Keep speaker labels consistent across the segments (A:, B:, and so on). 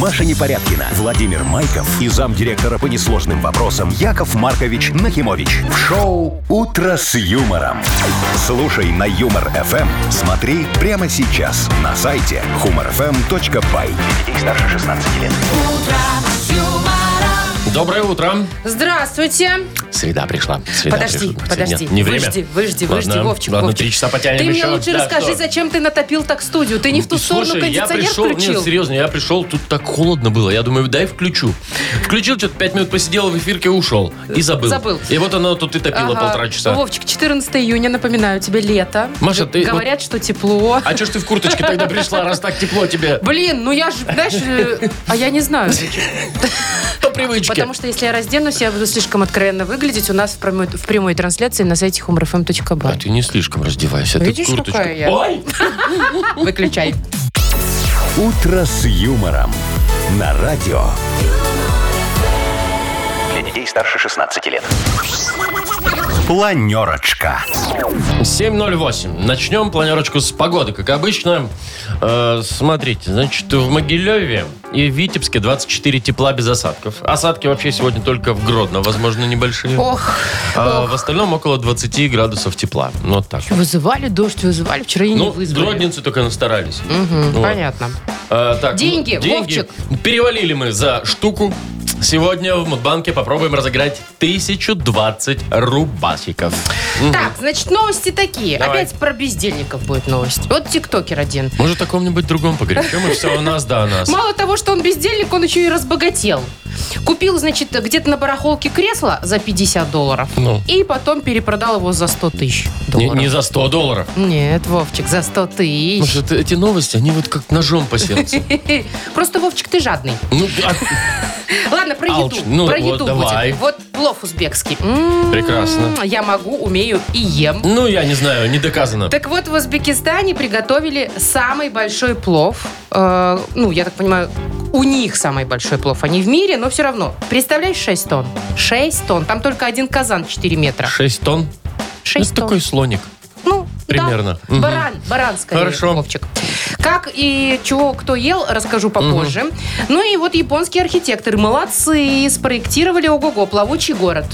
A: Маша Непорядкина, Владимир Майков и замдиректора по несложным вопросам Яков Маркович Нахимович. В шоу «Утро с юмором». Слушай на «Юмор-ФМ». Смотри прямо сейчас на сайте humorfm.by. Для детей старше 16 лет.
B: Доброе утро.
C: Здравствуйте.
B: Среда пришла. Среда
C: подожди,
B: пришла.
C: подожди.
B: Нет, не время.
C: Выжди, выжди, выжди,
B: Ладно,
C: Вовчик,
B: ладно,
C: Вовчик.
B: три часа потянем
C: Ты мне
B: еще.
C: лучше
B: Да,
C: расскажи,
B: что?
C: зачем ты натопил так студию? Ты не в ту сторону
B: Слушай, я
C: кондиционер
B: пришел,
C: включил?
B: нет, серьезно, я пришел, тут так холодно было. Я думаю, дай включу. Включил, что-то пять минут посидел в эфирке, ушел. И забыл.
C: Забыл.
B: И вот оно тут и топило
C: Ага.
B: полтора часа.
C: Вовчик, 14 июня, напоминаю, тебе лето.
B: Маша,
C: Г-
B: ты вот-
C: Говорят, что тепло.
B: А что ж ты в курточке тогда пришла, раз так тепло тебе?
C: Блин, ну я же, знаешь, э, а я не знаю.
B: По привычке.
C: Потому что если я разденусь, я буду слишком откровенно выглядеть у нас в прямой, в прямой трансляции на сайте
B: А
C: humorfm.by.
B: ты не слишком раздевайся, ты в
C: Видишь,
B: курточке.
C: какая я?
B: Ой!
C: Выключай.
A: «Утро с юмором» на радио.
D: Для детей старше 16 лет.
A: Планерочка.
B: 7.08. Начнем планерочку с погоды, как обычно. Э, смотрите, значит, в Могилеве и в Витебске 24 тепла без осадков. Осадки вообще сегодня только в Гродно, возможно, небольшие.
C: Ох,
B: А в остальном около 20 градусов тепла. Ну, Вот так.
C: вызывали дождь, вызывали, вчера и не
B: Ну,
C: вызвали.
B: гродницы только настарались.
C: Мгм,
B: Вот.
C: Понятно.
B: А, так, ну,
C: Деньги, Вовчик.
B: Перевалили мы за штуку. Сегодня в Мудбанке попробуем разыграть 1020 рубасиков.
C: Так, значит, новости такие.
B: Давай.
C: Опять про бездельников будет новость. Вот тиктокер один.
B: Может, о ком-нибудь другом поговорим? Чем и все у нас, да, у нас.
C: Мало того, что он бездельник, он еще и разбогател. Купил, значит, где-то на барахолке кресло за 50 долларов.
B: Ну.
C: И потом перепродал его за 100 тысяч
B: Не,
C: долларов.
B: не за 100 долларов.
C: Нет, Вовчик, за 100 тысяч.
B: Может, эти новости, они вот как ножом по сердцу.
C: Просто, Вовчик, ты жадный.
B: Ну, а-
C: Ладно, про
B: Ауч,
C: еду.
B: ну
C: про
B: вот
C: еду
B: давай.
C: будет. Вот плов узбекский. М,
B: Прекрасно.
C: Я могу, умею и ем.
B: ну, я не знаю, не доказано.
C: Так вот, в Узбекистане приготовили самый большой плов. Э, ну, я так понимаю, у них самый большой плов. Они в мире, но все равно. Представляешь, 6 тонн? 6 тонн. Там только один казан 4 метра.
B: 6 тонн?
C: 6
B: Это
C: тонн.
B: такой слоник.
C: Ну,
B: примерно.
C: да.
B: Мгм.
C: Баран, баран скорее,
B: Хорошо.
C: Вовчик. Как и чего кто ел, расскажу попозже. Ну и вот японские архитекторы молодцы, спроектировали ого-го, плавучий город.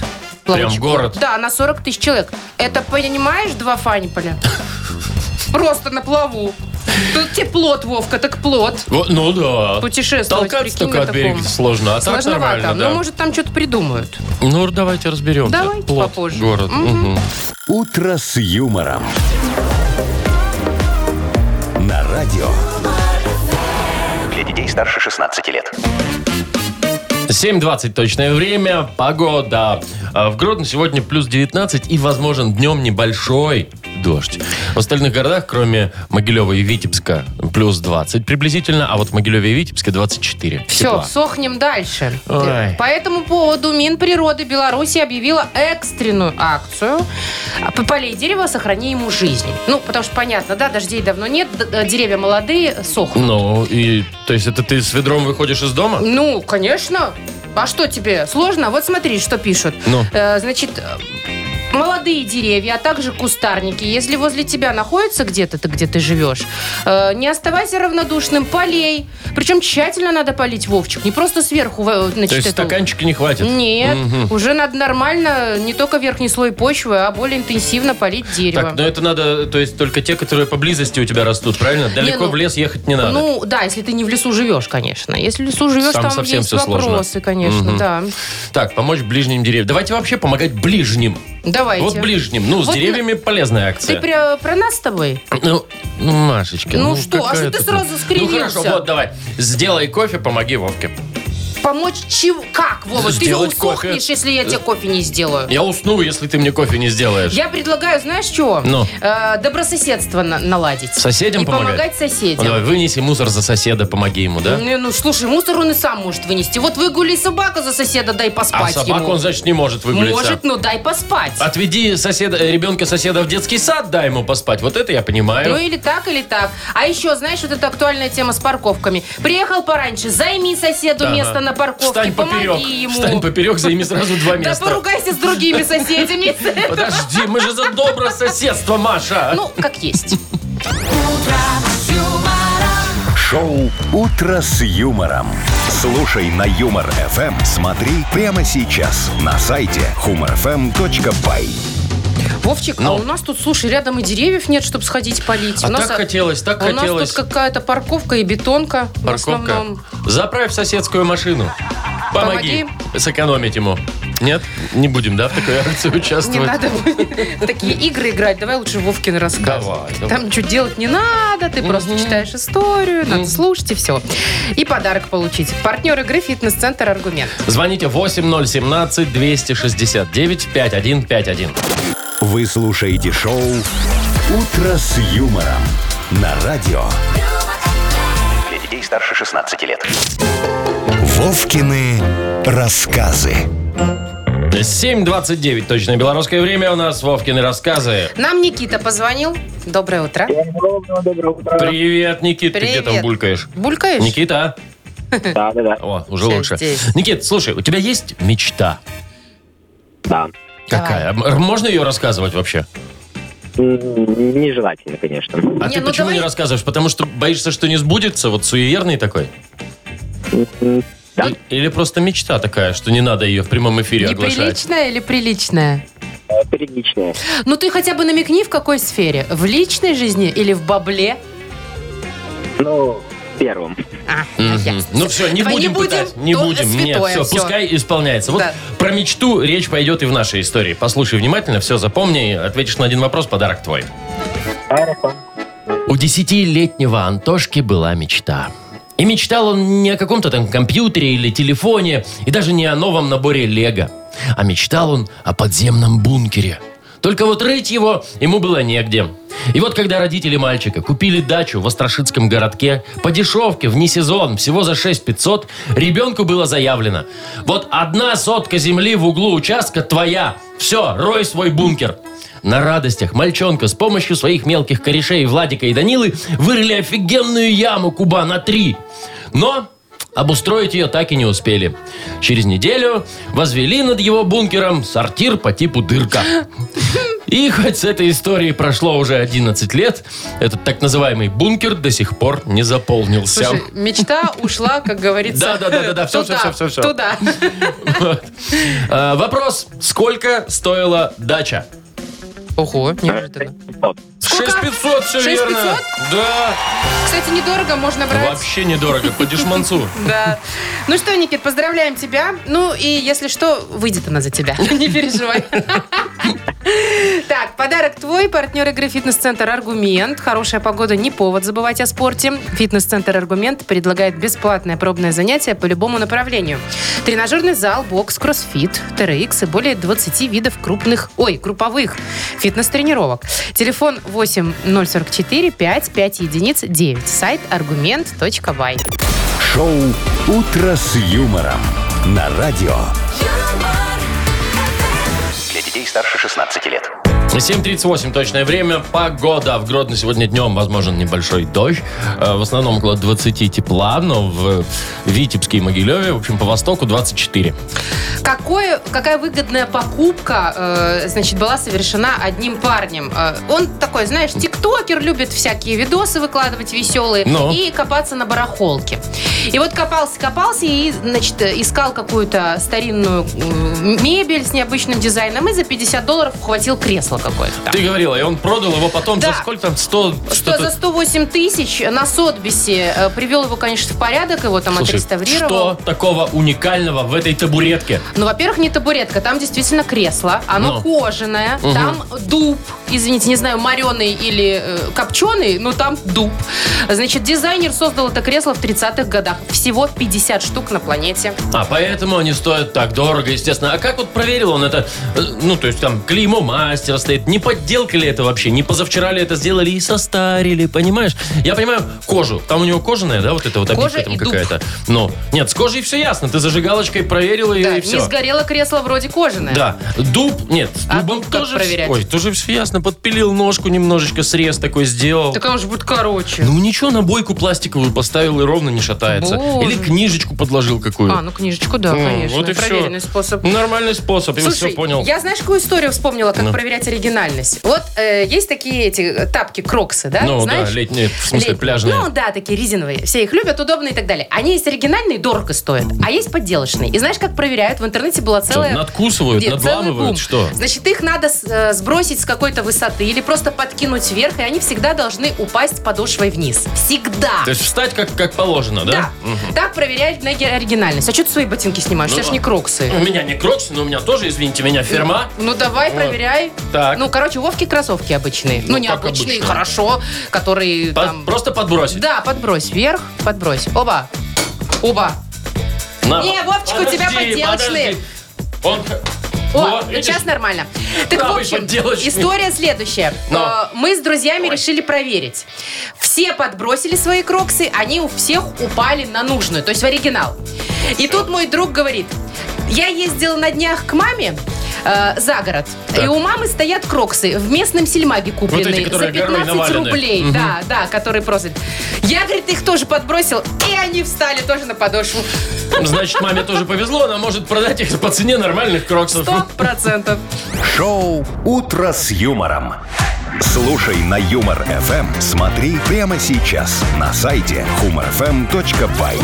C: Плавучий
B: Прям город?
C: Да, на 40 тысяч человек. Это, понимаешь, два фаниполя? Просто на плаву. Тут тебе плод, Вовка, так плод.
B: Во- Ну да.
C: Путешествовать,
B: Толкаться
C: прикинь,
B: только
C: на
B: от берега
C: таком.
B: сложно, а так
C: Сложновато.
B: нормально,
C: Ну,
B: да.
C: может, там что-то придумают.
B: Ну, давайте разберемся.
C: Давайте
B: Плод,
C: попозже.
B: город. мгм.
A: «Утро с юмором». На радио.
D: Для детей старше 16 лет.
B: 7.20 точное время, погода. А В Гродно сегодня плюс 19 и, возможен, днем небольшой дождь. В остальных городах, кроме Могилева и Витебска, плюс 20 приблизительно, а вот в Могилеве и Витебске 24
C: Все,
B: тепла.
C: сохнем дальше.
B: Ой.
C: По этому поводу Минприроды Беларуси объявила экстренную акцию «Полей дерева, сохрани ему жизнь». Ну, потому что понятно, да, дождей давно нет, д- э, деревья молодые, сохнут.
B: Ну, и, то есть, это ты с ведром выходишь из дома?
C: Ну, конечно. А что тебе, сложно? Вот смотри, что пишут.
B: Ну.
C: Э, Значит, э, молодые деревья, а также кустарники. Если возле тебя находятся где-то, ты где ты живешь, э, не оставайся равнодушным, полей. Причем тщательно надо полить, Вовчик, не просто сверху, э, значит,
B: То есть,
C: эту-
B: стаканчика не хватит?
C: Нет,
B: Мгм.
C: уже надо нормально, не только верхний слой почвы, а более интенсивно полить дерево.
B: Так, ну, но это надо, то есть, только те, которые поблизости у тебя растут, правильно? Далеко
C: ну-
B: в лес ехать не надо.
C: Ну, да, если ты не в лесу живешь, конечно. Если в лесу живешь,
B: Там
C: там,
B: совсем
C: есть
B: всё сложно.
C: вопросы, конечно,
B: Мгм.
C: да.
B: Так, помочь ближним деревьям. Давайте вообще помогать ближним.
C: Давайте.
B: Вот ближним. Ну, с
C: Вот на-
B: деревьями полезная
C: Ты
B: акция.
C: про, про нас с тобой?
B: Ну, ну, Машечка.
C: Ну что, а
B: какая
C: что ты сразу
B: Ну
C: скривился?
B: хорошо, вот давай. Сделай кофе, помоги Вовке.
C: Помочь чего? Как, Вова?
B: Сделать
C: ты же усохнешь,
B: кофе.
C: если я тебе кофе не сделаю.
B: Я усну, если ты мне кофе не сделаешь.
C: Я предлагаю, знаешь чего?
B: Ну.
C: Э, добрососедство на- наладить.
B: Соседям
C: И помогать
B: Ну,
C: соседям.
B: давай, вынеси мусор за соседа, помоги ему, да?
C: Не, ну, слушай, мусор он и сам может вынести. Вот выгули собака за соседа, дай
B: А
C: поспать
B: собаку
C: ему.
B: он, значит, не может А выгулить.
C: Может, но дай поспать.
B: Отведи соседа, э, ребенка соседа в детский сад, дай ему поспать. Вот это я понимаю.
C: Ну или так, или так. А еще, знаешь, вот эта актуальная тема с парковками. Приехал пораньше, займи соседу
B: Ага.
C: место на парковке,
B: Встань
C: помоги
B: поперек.
C: ему.
B: Встань поперек, займи сразу два
C: да
B: места.
C: поругайся с другими соседями.
B: Подожди, мы же за доброе соседство, Маша.
C: Ну, как есть.
A: «Шоу Шоу «Утро с юмором». Слушай на Юмор ФМ. Смотри прямо сейчас на сайте humorfm.by.
C: Вовчик, а
B: Ну.
C: у нас тут, слушай, рядом и деревьев нет, чтобы сходить полить.
B: А
C: у нас,
B: так хотелось, так
C: а у нас
B: хотелось.
C: тут какая-то парковка и бетонка. В
B: Парковка.
C: основном.
B: Заправь соседскую машину. Помоги. Сэкономить ему. Нет? Не будем, да, в такой акции
C: Не
B: участвовать?
C: надо в такие игры играть. Давай лучше Вовкин рассказ.
B: Давай, давай.
C: Там ничего делать не надо, ты просто читаешь историю, надо слушать и все. И подарок получить. Партнер игры «Фитнес-центр Аргумент».
B: Звоните 8017-269-5151.
A: Вы слушаете шоу «Утро с юмором» на радио.
D: Для детей старше 16 лет.
A: Вовкины рассказы.
B: 7.29, точное белорусское время у нас, Вовкины рассказы.
C: Нам Никита позвонил. Доброе утро.
B: Привет, Никит, ты где
C: Привет.
B: там булькаешь?
C: Булькаешь?
B: Никита?
E: Да, да, да.
B: О, уже
C: Всё
B: лучше.
C: здесь.
B: Никит, слушай, у тебя есть мечта?
E: Да.
B: Какая? М- Можно ее рассказывать вообще?
E: М, Нежелательно, конечно.
B: А
C: Не,
B: ты
C: ну
B: почему не
C: давай-
B: рассказываешь? Потому что боишься, что не сбудется? Вот суеверный такой?
E: М, Да.
B: И- Или просто мечта такая, что не надо ее в прямом эфире оглашать?
C: Неприличная или приличная?
E: Приличное.
C: Ну ты хотя бы намекни, в какой сфере? В личной жизни или в бабле?
E: Ну, первым.
C: А,
B: Мгм.
C: ясно.
B: Ну все, не
C: Давай
B: будем пытать. Не
C: то
B: будем. Нет,
C: святое,
B: все, пускай исполняется. Вот
C: Да.
B: про мечту речь пойдет и в нашей истории. Послушай внимательно, все запомни, ответишь на один вопрос, подарок твой.
E: Хорошо.
B: У десятилетнего Антошки была мечта. И мечтал он не о каком-то там компьютере или телефоне, и даже не о новом наборе Лего. А мечтал он о подземном бункере. Только вот рыть его ему было негде. И вот когда родители мальчика купили дачу в Острошитском городке, по дешевке, вне сезон, всего за 6500, ребенку было заявлено. Вот одна сотка земли в углу участка твоя. Все, рой свой бункер. На радостях мальчонка с помощью своих мелких корешей Владика и Данилы вырыли офигенную яму куба на три. Но обустроить ее так и не успели. Через неделю возвели над его бункером сортир по типу дырка. И хоть с этой истории прошло уже 11 лет, этот так называемый бункер до сих пор не заполнился.
C: Слушай, мечта ушла, как говорится.
B: Да-да-да-да-да, всё, всё,
C: туда,
B: всё, всё, всё.
C: Туда.
B: Вот. А, Вопрос, сколько стоила дача?
C: Ого, неожиданно.
E: Вот.
C: Сколько?
B: 6500, все
C: 6500?
B: верно. Да.
C: Кстати, недорого можно брать.
B: Вообще недорого, по дешманцу.
C: Да. Ну что, Никит, поздравляем тебя. Ну и если что, выйдет она за тебя. Не переживай. Так, подарок твой, партнер игры «Фитнес-центр Аргумент». Хорошая погода не повод забывать о спорте. «Фитнес-центр Аргумент» предлагает бесплатное пробное занятие по любому направлению. Тренажерный зал, бокс, кроссфит, TRX и более 20 видов крупных, ой, групповых фитнес-тренировок. Телефон 8 044 5 5 единиц 9. Сайт аргумент.бай.
A: Шоу «Утро с юмором» на радио.
D: Для детей старше 16 лет.
B: 7.38 точное время. Погода. А В Гродно сегодня днем возможен небольшой дождь. Э, В основном около 20 тепла, но в Витебске и Могилеве, в общем, по востоку 24.
C: Какое, какая выгодная покупка, э, значит, была совершена одним парнем? Э, он такой, знаешь, тиктокер, любит всякие видосы выкладывать веселые
B: Ну.
C: и копаться на барахолке. И вот копался, копался и, значит, э, искал какую-то старинную м, мебель с необычным дизайном и за 50 долларов хватил кресло какое-то. там.
B: Ты говорила, и он продал его потом за
C: Да.
B: сколько там? 100
C: Что за 108 тысяч на Сотбисе э, привел его, конечно, в порядок, его там
B: Слушай,
C: отреставрировал.
B: что такого уникального в этой табуретке?
C: Ну, во-первых, не табуретка, там действительно кресло. Оно
B: Ну.
C: кожаное,
B: Мгм.
C: там дуб. Извините, не знаю, мореный или э, копченый, но там дуб. Значит, дизайнер создал это кресло в 30-х годах. Всего 50 штук на планете.
B: А поэтому они стоят так дорого, естественно. А как вот проверил он это? Э, Ну, то есть там клеймо мастера стоит. Не подделка ли это вообще? Не позавчера ли это сделали и состарили, понимаешь? Я понимаю, кожу. Там у него кожаная, да, вот эта вот обивка
C: Кожа
B: там
C: и дуб.
B: какая-то. Ну, нет, с кожей все ясно. Ты зажигалочкой проверила и,
C: Да,
B: все.
C: не сгорело кресло вроде кожаное.
B: Да. Дуб, нет, с
C: А
B: дубом
C: дуб как
B: тоже, вс-
C: проверять?
B: ой, тоже все ясно, подпилил ножку немножечко, срез такой сделал.
C: Так он же будет короче.
B: Ну ничего, на бойку пластиковую поставил и ровно не шатается.
C: Боже.
B: Или книжечку подложил какую.
C: А, ну книжечку, да,
B: Ну,
C: конечно.
B: вот и всё.
C: Проверенный способ.
B: Нормальный способ, я все
C: Слушай,
B: понял.
C: я знаешь, какую историю вспомнила, как
B: Ну.
C: проверять оригинальность? Вот э, есть такие эти э, тапки кроксы, да?
B: Ну
C: знаешь?
B: да, летние, в смысле
C: Летние.
B: пляжные.
C: Ну да, такие резиновые. Все их любят, удобные и так далее. Они есть оригинальные, дорого стоят, а есть подделочные. И знаешь, как проверяют? В интернете была
B: Что,
C: целая...
B: надкусывают,
C: Нет, целый бум.
B: надламывают, что?
C: Значит, их надо с- э, сбросить с какой-то высоты или просто подкинуть вверх, и они всегда должны упасть подошвой вниз. Всегда.
B: То есть встать как, как положено,
C: Да.
B: да?
C: Так проверяют на оригинальность. А что ты свои ботинки снимаешь?
B: Ну
C: Это же
B: да.
C: не кроксы.
B: У меня не крокс, но у меня тоже, извините меня, фирма.
C: Ну давай,
B: Вот.
C: проверяй.
B: Так.
C: Ну, короче, у Вовки кроссовки обычные. Ну,
B: Ну,
C: не
B: как
C: обычные,
B: обычно.
C: хорошо, которые
B: Под-
C: там...
B: Просто подбросить.
C: Да, подбрось вверх, подбрось. Оба. Оба.
B: На.
C: Не, Вовчик, у тебя
B: Подожди,
C: подделочные.
B: подожди. Он...
C: О,
B: Вот,
C: ну
B: видишь?
C: сейчас нормально. Так, в
B: Правый
C: общем,
B: подделочный.
C: история следующая.
B: Но.
C: Э, Мы с друзьями решили проверить. Все подбросили свои кроксы, они у всех упали на нужную, то есть в оригинал. И тут мой друг говорит, я ездил на днях к маме, э, за город.
B: Так.
C: И у мамы стоят кроксы в местном сельмаге купленные за
B: которые горой
C: 15
B: навалены.
C: рублей. Да, да, которые просто... Я, говорит, их тоже подбросил, и они встали тоже на подошву.
B: Ну, Значит, маме тоже повезло, она может продать их по цене нормальных кроксов.
C: Сто процентов.
A: Шоу «Утро с юмором». Слушай на Юмор ФМ. Смотри прямо сейчас на сайте humorfm.by.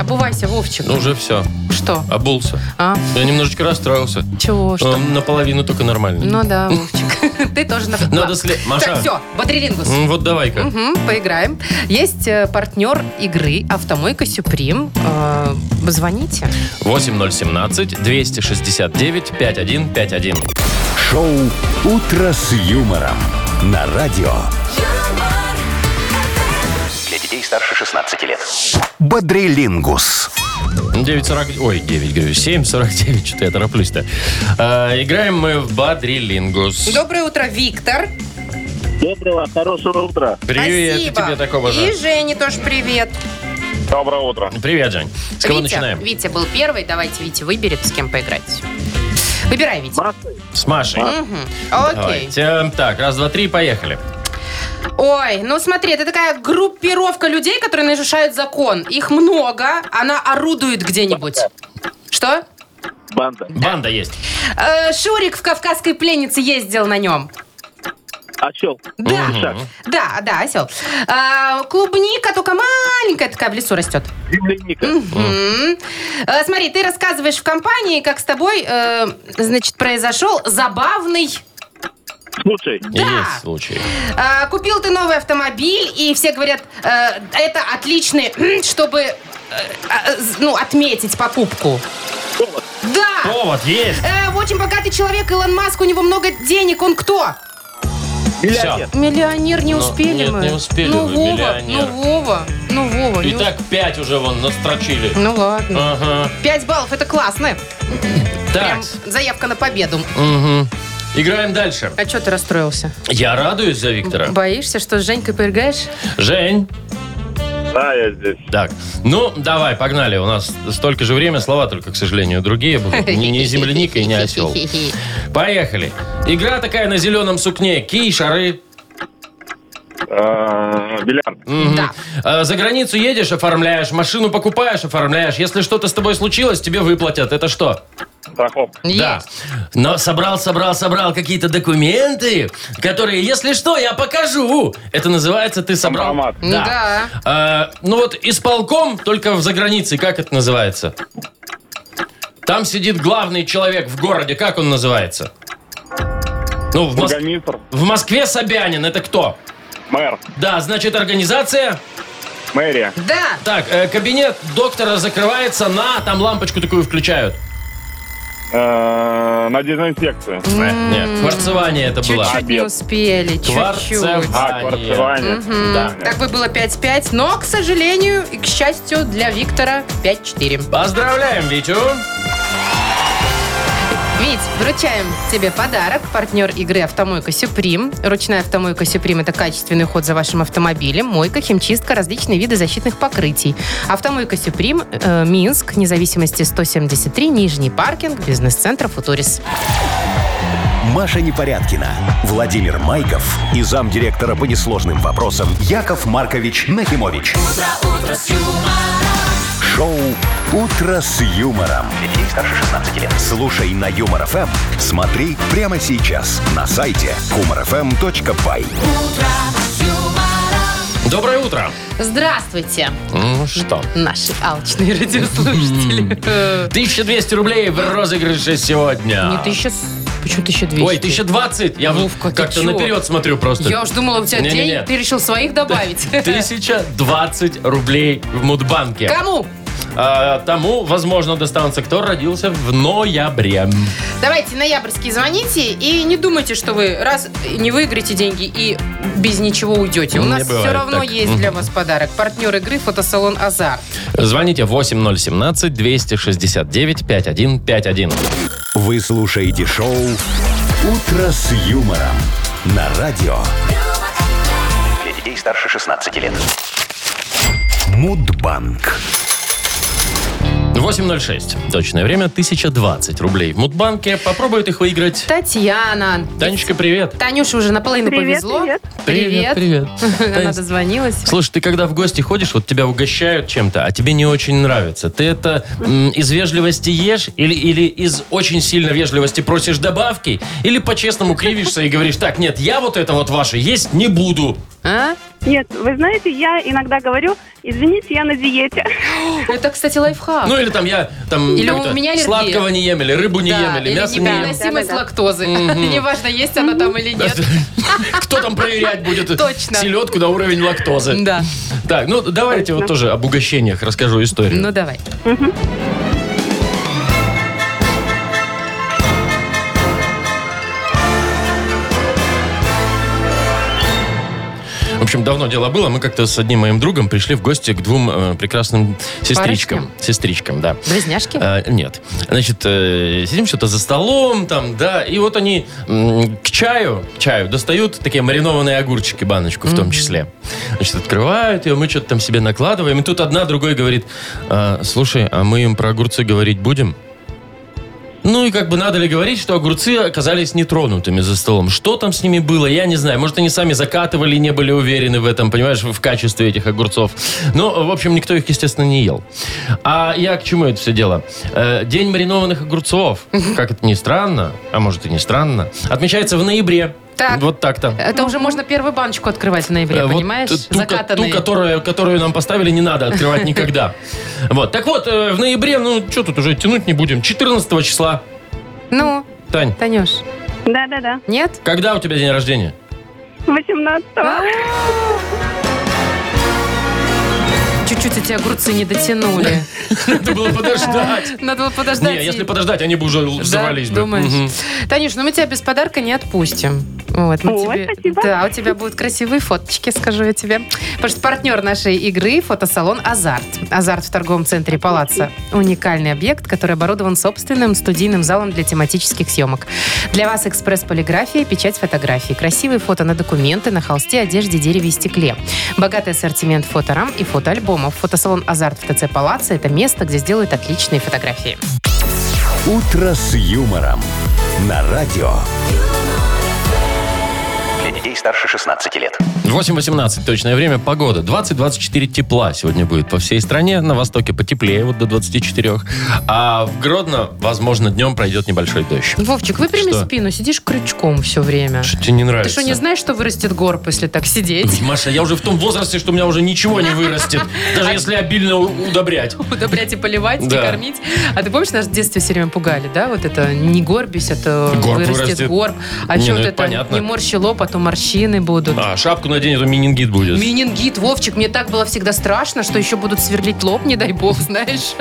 C: Обувайся, Вовчик.
B: Ну, уже все,
C: Что?
B: обулся.
C: А?
B: Я немножечко расстроился.
C: Чего? Что?
B: Эм, Наполовину только нормально.
C: Ну да, Вовчик. Ты тоже на
B: Надо сле- Маша.
C: Так, все, бодрилингус.
B: М, Вот давай-ка.
C: Мгм, поиграем. Есть э, партнер игры «Автомойка Сюприм». Э, Звоните.
B: 8017-269-5151.
A: Шоу «Утро с юмором» на радио.
D: Для детей старше 16 лет.
A: Бодрилингус.
B: 9.40... Ой, 9, говорю, 7.49, что-то я тороплюсь-то. А, играем мы в Бадрилингус.
C: Доброе утро, Виктор.
E: Доброго, хорошего утра.
B: Привет и
C: Спасибо.
B: тебе такого
C: И
B: же.
C: Жене тоже привет.
E: Доброе утро.
B: Привет, Жень. С кого
C: Витя,
B: начинаем?
C: Витя был первый. Давайте Витя выберет, с кем поиграть. Выбирай, Витя.
B: С Машей.
C: Мгм. Окей.
B: Давайте. Эм, Так, раз, два, три, поехали.
C: Ой, ну смотри, это такая группировка людей, которые нарушают закон. Их много, она орудует где-нибудь. Что?
E: Банда.
B: Банда есть.
C: Э, Шурик в «Кавказской пленнице» ездил на нем.
E: Осел.
C: Да. Да, да, осел. А, клубника только маленькая такая в лесу растет.
E: Земляника.
C: Мгм. Э, смотри, ты рассказываешь в компании, как с тобой, э, значит, произошел забавный...
E: Слушай,
C: Да.
B: Есть случай.
C: А, купил ты новый автомобиль, и все говорят, э, это отличный, чтобы э, а, э, ну, отметить покупку.
E: Повод.
C: Да!
B: Повод есть.
C: Э, очень богатый человек, Илон Маск, у него много денег, он кто?
E: Миллионер.
C: Миллионер не
B: Ну,
C: успели
B: нет,
C: мы.
B: не успели
C: ну,
B: вы,
C: Вова,
B: миллионер.
C: Ну, Вова, ну, Вова.
B: И
C: не
B: так пять уже вон настрочили.
C: Ну ладно.
B: Ага.
C: Пять баллов, это классно.
B: Так.
C: Прям заявка на победу.
B: Мгм. Играем дальше.
C: А что ты расстроился?
B: Я радуюсь за Виктора.
C: Боишься, что с Женькой поиграешь?
B: Жень.
E: Да, я здесь.
B: Так, ну давай, погнали. У нас столько же время, слова только, к сожалению, другие будут. Не не земляника и не осел. Поехали. Игра такая на зеленом сукне. Ки, шары.
E: Бильярд.
B: Мгм.
C: Да.
B: А, За границу едешь, оформляешь, машину покупаешь, оформляешь. Если что-то с тобой случилось, тебе выплатят. Это что?
E: Страховка.
B: Да.
C: Есть.
B: Но собрал, собрал, собрал какие-то документы, которые, если что, я покажу. Это называется ты собрал.
E: Компромат.
C: Да.
B: А, ну вот исполком только в загранице, как это называется? Там сидит главный человек в городе, как он называется? Ну, в, Мос-
E: Бургомистр.
B: в Москве Собянин, это кто?
E: Мэр.
B: Да, значит, организация.
E: Мэрия.
C: Да.
B: Так, э, кабинет доктора закрывается на, там лампочку такую включают.
E: Э, На дезинфекцию.
B: Э, Нет, кварцевание это было.
C: Чуть-чуть не
E: Обед.
C: успели. Чуть-чуть.
B: Кварцевание.
E: А, квартирование.
B: Да.
C: Так бы было 5-5, но, к сожалению и к счастью для Виктора 5-4.
B: Поздравляем, Витю.
C: Вить, вручаем тебе подарок. Партнер игры «Автомойка Сюприм». Ручная «Автомойка Сюприм» — это качественный уход за вашим автомобилем, мойка, химчистка, различные виды защитных покрытий. «Автомойка Сюприм», э, Минск, независимости 173, Нижний паркинг, бизнес-центр «Футурис».
A: Маша Непорядкина, Владимир Майков и замдиректора по несложным вопросам Яков Маркович Нахимович. Шоу «Утро с юмором».
D: Для детей старше 16 лет.
A: Слушай на Юмор ФМ, смотри прямо сейчас на сайте humorfm.by.
B: Доброе утро.
C: Здравствуйте,
B: Ну что?
C: наши алчные радиослушатели. Э,
B: 1200 рублей в розыгрыше сегодня.
C: Не тысяча... с- Почему 1200?
B: Ой, 1020. Я вот
C: Вовка, ты
B: как-то
C: чё?
B: наперед смотрю просто.
C: Я уж думала, у тебя
B: Э, Не-не-не.
C: день, ты решил своих добавить.
B: 1020 рублей в Мудбанке.
C: Кому?
B: А, тому, возможно, достанется, кто родился в ноябре.
C: Давайте ноябрьские звоните и не думайте, что вы раз не выиграете деньги и без ничего уйдете. У
B: Не
C: нас все
B: бывает
C: равно
B: так.
C: есть для вас подарок. Партнер игры фотосалон «Азарт».
B: Звоните 8017-269-5151.
A: Вы слушаете шоу «Утро с юмором» на радио
D: Для детей старше 16 лет.
A: Мудбанк.
B: 8.06. Точное время 1020 рублей в Мудбанке. Попробуют их выиграть.
C: Татьяна.
B: Танечка, привет.
C: Танюше уже наполовину
F: Привет,
C: повезло.
F: привет.
B: Привет, привет.
C: Она
B: Тань,
C: дозвонилась.
B: Слушай, ты когда в гости ходишь, вот тебя угощают чем-то, а тебе не очень нравится. Ты это м, из вежливости ешь или, или из очень сильно вежливости просишь добавки, или по-честному кривишься и говоришь, так, нет, я вот это вот ваше есть не буду.
C: А?
F: Нет, вы знаете, я иногда говорю, извините, я на диете.
C: Это, кстати, лайфхак.
B: Ну или там я там
C: А Или
B: как-то
C: у меня аллергия.
B: сладкого не ем, или рыбу не
C: да,
B: ем, или,
C: или
B: мясо не ем.
C: непереносимость
F: Да-да-да.
C: лактозы. Неважно, есть она там или нет.
B: Кто там проверять будет
C: Точно.
B: селедку на уровень лактозы?
C: Да.
B: Так, ну давайте вот тоже об угощениях расскажу историю.
C: Ну давай.
B: В общем, давно дело было. Мы как-то с одним моим другом пришли в гости к двум э, прекрасным сестричкам.
C: Парочкам?
B: Сестричкам, да.
C: Близняшки?
B: А, нет. Значит, э, сидим что-то за столом там, да, и вот они м, к чаю, к чаю достают такие маринованные огурчики, баночку в том числе. Значит, открывают ее, мы что-то там себе накладываем, и тут одна другой говорит, «А, слушай, а мы им про огурцы говорить будем? Ну и как бы надо ли говорить, что огурцы оказались нетронутыми за столом. Что там с ними было, я не знаю. Может, они сами закатывали и не были уверены в этом, понимаешь, в качестве этих огурцов. Но, в общем, никто их, естественно, не ел. А я к чему это все дело? Э, День маринованных огурцов, как это ни странно, а может и не странно, отмечается в ноябре.
C: Так.
B: Вот так-то.
C: Это уже можно первую баночку открывать в
B: Э,
C: ноябре,
B: вот
C: понимаешь?
B: ту, ко-
C: Закатанные.
B: ту, которую, которую нам поставили, не надо открывать никогда. Вот. Так вот, э, в ноябре, ну, что тут уже тянуть не будем. 14 числа.
C: Ну,
B: Тань,
C: Танюш,
F: Да-да-да.
C: нет?
B: когда у тебя день рождения?
F: 18
C: Чуть-чуть эти огурцы не дотянули.
B: Надо было подождать.
C: Надо было подождать.
B: Не,
C: и-
B: если подождать, они бы уже л-
C: Да,
B: взорвались бы.
C: думаешь?
B: Мгм.
C: Танюш, ну мы тебя без подарка не отпустим. Вот, мы
F: Ой,
C: тебе-
F: спасибо.
C: Да, а у тебя будут красивые фоточки, скажу я тебе. Потому что партнер нашей игры – фотосалон «Азарт». «Азарт» в торговом центре «Палаца». Уникальный объект, который оборудован собственным студийным залом для тематических съемок. Для вас экспресс-полиграфия, печать фотографий, красивые фото на документы, на холсте, одежде, дереве и стекле. Богатый ассортимент фоторам и фотоальбомов. Фотосалон «Азарт» в ТЦ «Палаца» – это место, где сделают отличные фотографии.
A: «Утро с юмором» на радио.
D: Для детей старше 16 лет.
B: 8.18 точное время, погода. 20-24 тепла сегодня будет по всей стране. На востоке потеплее, вот до 24. А в Гродно, возможно, днем пройдет небольшой дождь.
C: Вовчик, выпрями
B: Что?
C: спину, сидишь крючком все время.
B: Что тебе не
C: Ты
B: нравится?
C: что, не знаешь, что вырастет горб, если так сидеть?
B: Маша, я уже в том возрасте, что у меня уже ничего не вырастет. Даже если обильно у- удобрять.
C: Удобрять и поливать, и
B: Да.
C: кормить. А ты помнишь, нас в детстве все время пугали, да? Вот это не горбись, это
B: Горб
C: вырастет,
B: вырастет.
C: горб. А
B: Не,
C: еще
B: ну
C: вот
B: это
C: это
B: понятно.
C: не морщи лоб, а то морщины будут.
B: А, шапку надень, а то менингит будет.
C: Менингит, Вовчик, мне так было всегда страшно, что еще будут сверлить лоб, не дай бог, знаешь.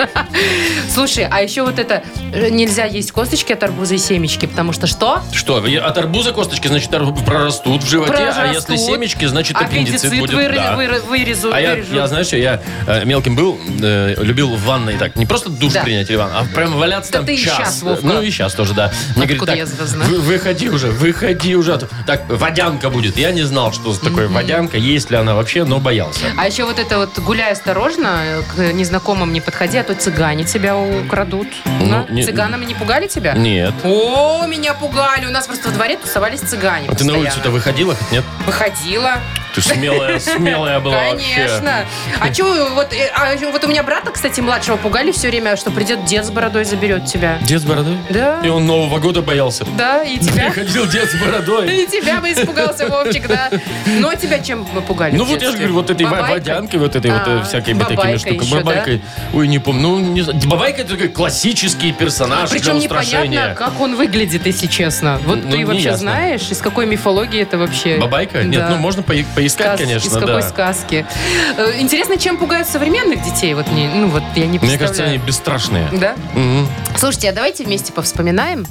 C: Слушай, а еще вот это, э, нельзя есть косточки от арбуза и семечки, потому что что?
B: Что, и от арбуза косточки, значит, ар- прорастут в животе, а если
C: Прорастут.
B: семечки, значит, аппендицит будет.
C: выры-
B: да.
C: выры- вырезу-
B: А я,
C: вырежу.
B: я, знаешь, что, я э, мелким был, э, любил в ванной так, не просто душ
C: Да.
B: принять или ванну, а прям валяться
C: Да
B: там
C: ты и
B: час.
C: щас, Вовка.
B: ну и сейчас тоже, да.
C: Откуда
B: так,
C: я это знаю?
B: «Вы- выходи уже, выходи уже. а Так, водянку водянка будет. Я не знал, что за такое водянка, есть ли она вообще, но боялся.
C: А еще вот это вот гуляй осторожно, э, к незнакомым не подходи, а то цыгане тебя украдут.
B: Ну,
C: А?
B: не-
C: Цыганами не пугали тебя?
B: Нет.
C: О, меня пугали. У нас просто во дворе тусовались цыгане.
B: А ты на
C: постоянно.
B: улицу-то выходила? хоть Нет?
C: Выходила.
B: Ты смелая, смелая была вообще.
C: Конечно. А чё, вот, э, а чё, вот у меня брата, кстати, младшего пугали все время, что придет дед с бородой заберет тебя.
B: Дед с бородой?
C: Да.
B: И он Нового года боялся.
C: Да, и тебя.
B: Приходил дед с бородой.
C: И тебя бы испугался, Вовчик, да. Но тебя чем мы пугали
B: Ну
C: в
B: вот я же
C: детстве?
B: говорю, вот этой
C: Бабайкой?
B: водянкой, вот этой вот
C: А,
B: э, всякой бы такими
C: бабайкой
B: штуками.
C: еще, да?
B: Бабайкой. Ой, не помню. Ну, не знаю. Бабайка это такой классический персонаж для
C: Причем непонятно,
B: устрашения.
C: как он выглядит, если честно. Вот
B: Ну,
C: ты
B: не
C: вообще
B: ясно.
C: знаешь, из какой мифологии это вообще?
B: Бабайка? Нет,
C: Да.
B: ну можно пои- поискать,
C: Сказ-
B: конечно,
C: из
B: да.
C: какой сказки. Э, Интересно, чем пугают современных детей? Вот мне, ну вот я не
B: Мне
C: представляю.
B: кажется, они бесстрашные.
C: Да?
B: Мгм.
C: Слушайте, а давайте вместе повспоминаем.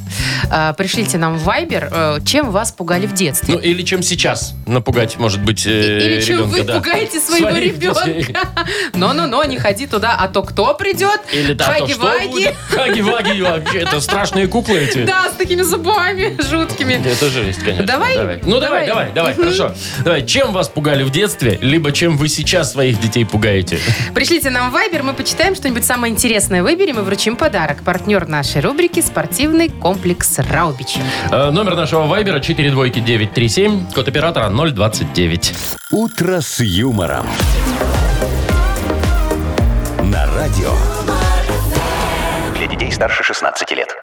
C: А, Пришлите нам в Вайбер, э, чем вас пугали в детстве.
B: Ну или чем сейчас напугать, может быть, э,
C: Или чем вы пугаете
B: пугаете
C: своего ребенка? Но-но-но, не ходи туда, а то кто придет?
B: Или да, а то что
C: Хаги-ваги.
B: будет? Хаги-ваги вообще, это страшные куклы эти.
C: Да, с такими зубами жуткими.
B: Это жесть, конечно.
C: Давай?
B: Ну, давай, давай,
C: Давай.
B: давай, хорошо. Давай, чем вас пугали в детстве, либо чем вы сейчас своих детей пугаете?
C: Пришлите нам в Вайбер, мы почитаем что-нибудь самое интересное, выберем и вручим подарок. Партнер нашей рубрики – спортивный комплекс «Раубич».
B: Э, Номер нашего вайбера 42937, код оператора 029.
A: «Утро с юмором». На радио.
D: Для детей старше 16 лет.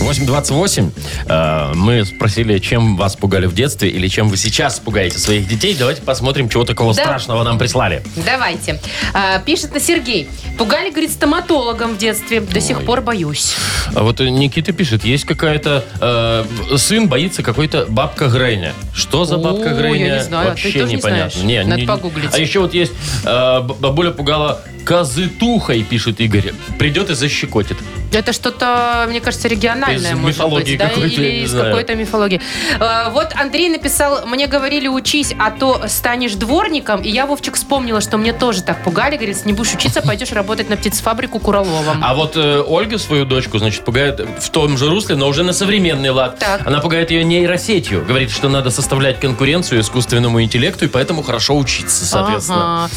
B: 828. Э, Мы спросили, чем вас пугали в детстве или чем вы сейчас пугаете своих детей. Давайте посмотрим, чего такого
C: Да.
B: страшного нам прислали.
C: Давайте. А, пишет на Сергей. Пугали, говорит, стоматологом в детстве. До сих пор боюсь.
B: А вот э, Никита пишет, есть какая-то... э, сын боится какой-то бабка Грейня. Что за
C: О,
B: бабка
C: я
B: Грейня?
C: не знаю, а
B: Вообще
C: ты тоже не
B: непонятно.
C: знаешь? Надо погуглить.
B: А еще вот есть... э, б- бабуля пугала козытухой, пишет Игорь. Придет и защекотит.
C: Это что-то, мне кажется, региональное,
B: Из
C: может
B: мифологии
C: быть, да,
B: какой-то, я
C: или
B: не
C: из
B: знаю.
C: какой-то мифологии. Э, Вот Андрей написал, мне говорили учись, а то станешь дворником, и я, Вовчик, вспомнила, что мне тоже так пугали, говорит, не будешь учиться, пойдешь работать на птицефабрику Кураловом.
B: А вот э, Ольга свою дочку, значит, пугает в том же русле, но уже на современный лад.
C: Так.
B: Она пугает ее нейросетью. Говорит, что надо составлять конкуренцию искусственному интеллекту, и поэтому хорошо учиться, соответственно.
C: Ага.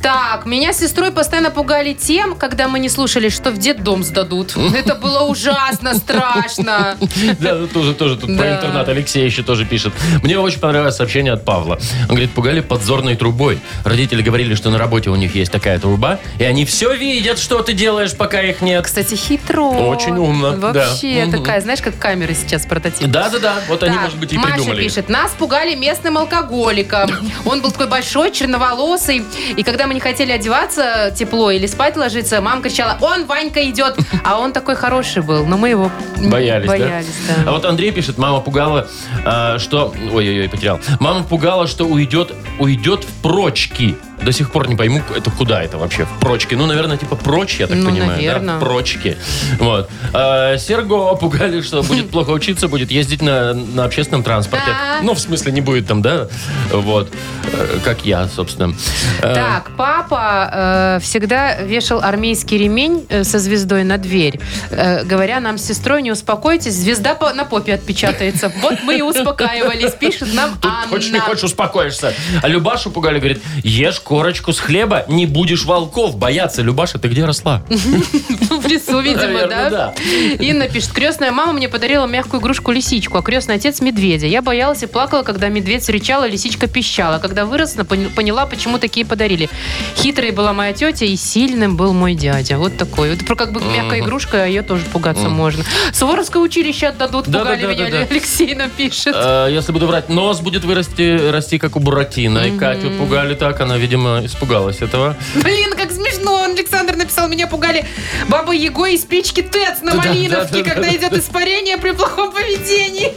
C: Так, меня с сестрой постоянно пугали тем, когда мы не слушали, что в детдом сдадут. Это было ужасно страшно.
B: Да, ну, тоже, тоже тут про
C: Да.
B: интернат Алексей еще тоже пишет. Мне очень понравилось сообщение от Павла. Он говорит, пугали подзорной трубой. Родители говорили, что на работе у них есть такая труба, и они все видят, что ты делаешь, пока их нет.
C: Кстати, хитро.
B: Очень умно, да.
C: Вообще
B: Мгм.
C: такая, знаешь, как камеры сейчас прототип.
B: Да-да-да, вот они,
C: Так,
B: может быть, и
C: Маша
B: придумали.
C: пишет, нас пугали местным алкоголиком. Он был такой большой, черноволосый. И когда мы не хотели одеваться тепло или спать ложиться, мама кричала, он, Ванька, идет. А он такой хороший был, но мы его м,
B: Боялись, да?
C: боялись да.
B: А вот Андрей пишет, мама пугала, э, что... Ой-ой-ой, потерял. Мама пугала, что уйдет, уйдет в прочки. До сих пор не пойму, это куда это вообще, в прочки. Ну, наверное, типа прочь, я так
C: Ну,
B: понимаю,
C: наверно.
B: да? В прочки. Вот. Э, Серго пугали, что будет плохо учиться, будет ездить на, на общественном транспорте.
C: Да.
B: Ну, в смысле, не будет там, да? Вот. Э, Как я, собственно. Э,
C: Так, папа э, всегда вешал армейский ремень э, со звездой на дверь, э, говоря нам с сестрой, не успокойтесь, звезда по- на попе отпечатается. Вот мы и успокаивались, пишет нам
B: Тут хочешь не
C: Анна.
B: хочешь, успокоишься. А Любашу пугали, говорит, ешь корочку с хлеба, не будешь волков бояться. Любаша, ты где росла?
C: В лесу, видимо,
B: Наверное,
C: да? Инна пишет, крестная мама мне подарила мягкую игрушку-лисичку, а крестный отец – медведя. Я боялась и плакала, когда медведь рычала, лисичка пищала. Когда выросла, пон- поняла, почему такие подарили. Хитрой была моя тетя и сильным был мой дядя. Вот такой. Это про как бы мягкая игрушка, а ее тоже пугаться можно. Суворовское училище отдадут,
B: Да,
C: пугали
B: да, да,
C: меня,
B: да, да.
C: Алексей нам пишет.
B: Э, Если буду врать, нос будет вырасти, расти, как у Буратино. И Катю пугали так, она, видимо, испугалась этого.
C: Блин, как смешно. Он, Александр написал, меня пугали баба Яго из печки ТЭЦ на
B: Да, да,
C: Малиновке,
B: да,
C: когда
B: да,
C: идет испарение при плохом поведении.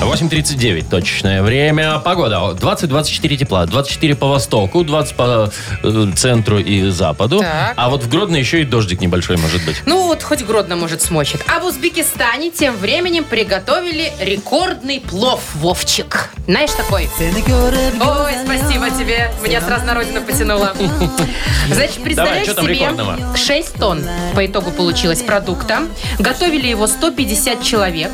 B: 8.39 точное время. Погода 20-24 тепла. 24 по востоку, 20 по э, центру и западу.
C: Так.
B: А вот в Гродно еще и дождик небольшой может быть.
C: Ну вот хоть Гродно может смочит. А в Узбекистане тем временем приготовили рекордный плов, Вовчик. Знаешь такой? Ой, спасибо тебе. Меня сразу на родину потянуло. Значит,
B: Давай,
C: представляешь
B: что там рекордного?
C: себе, 6 тонн по итогу получилось продукта. Готовили его 150 человек.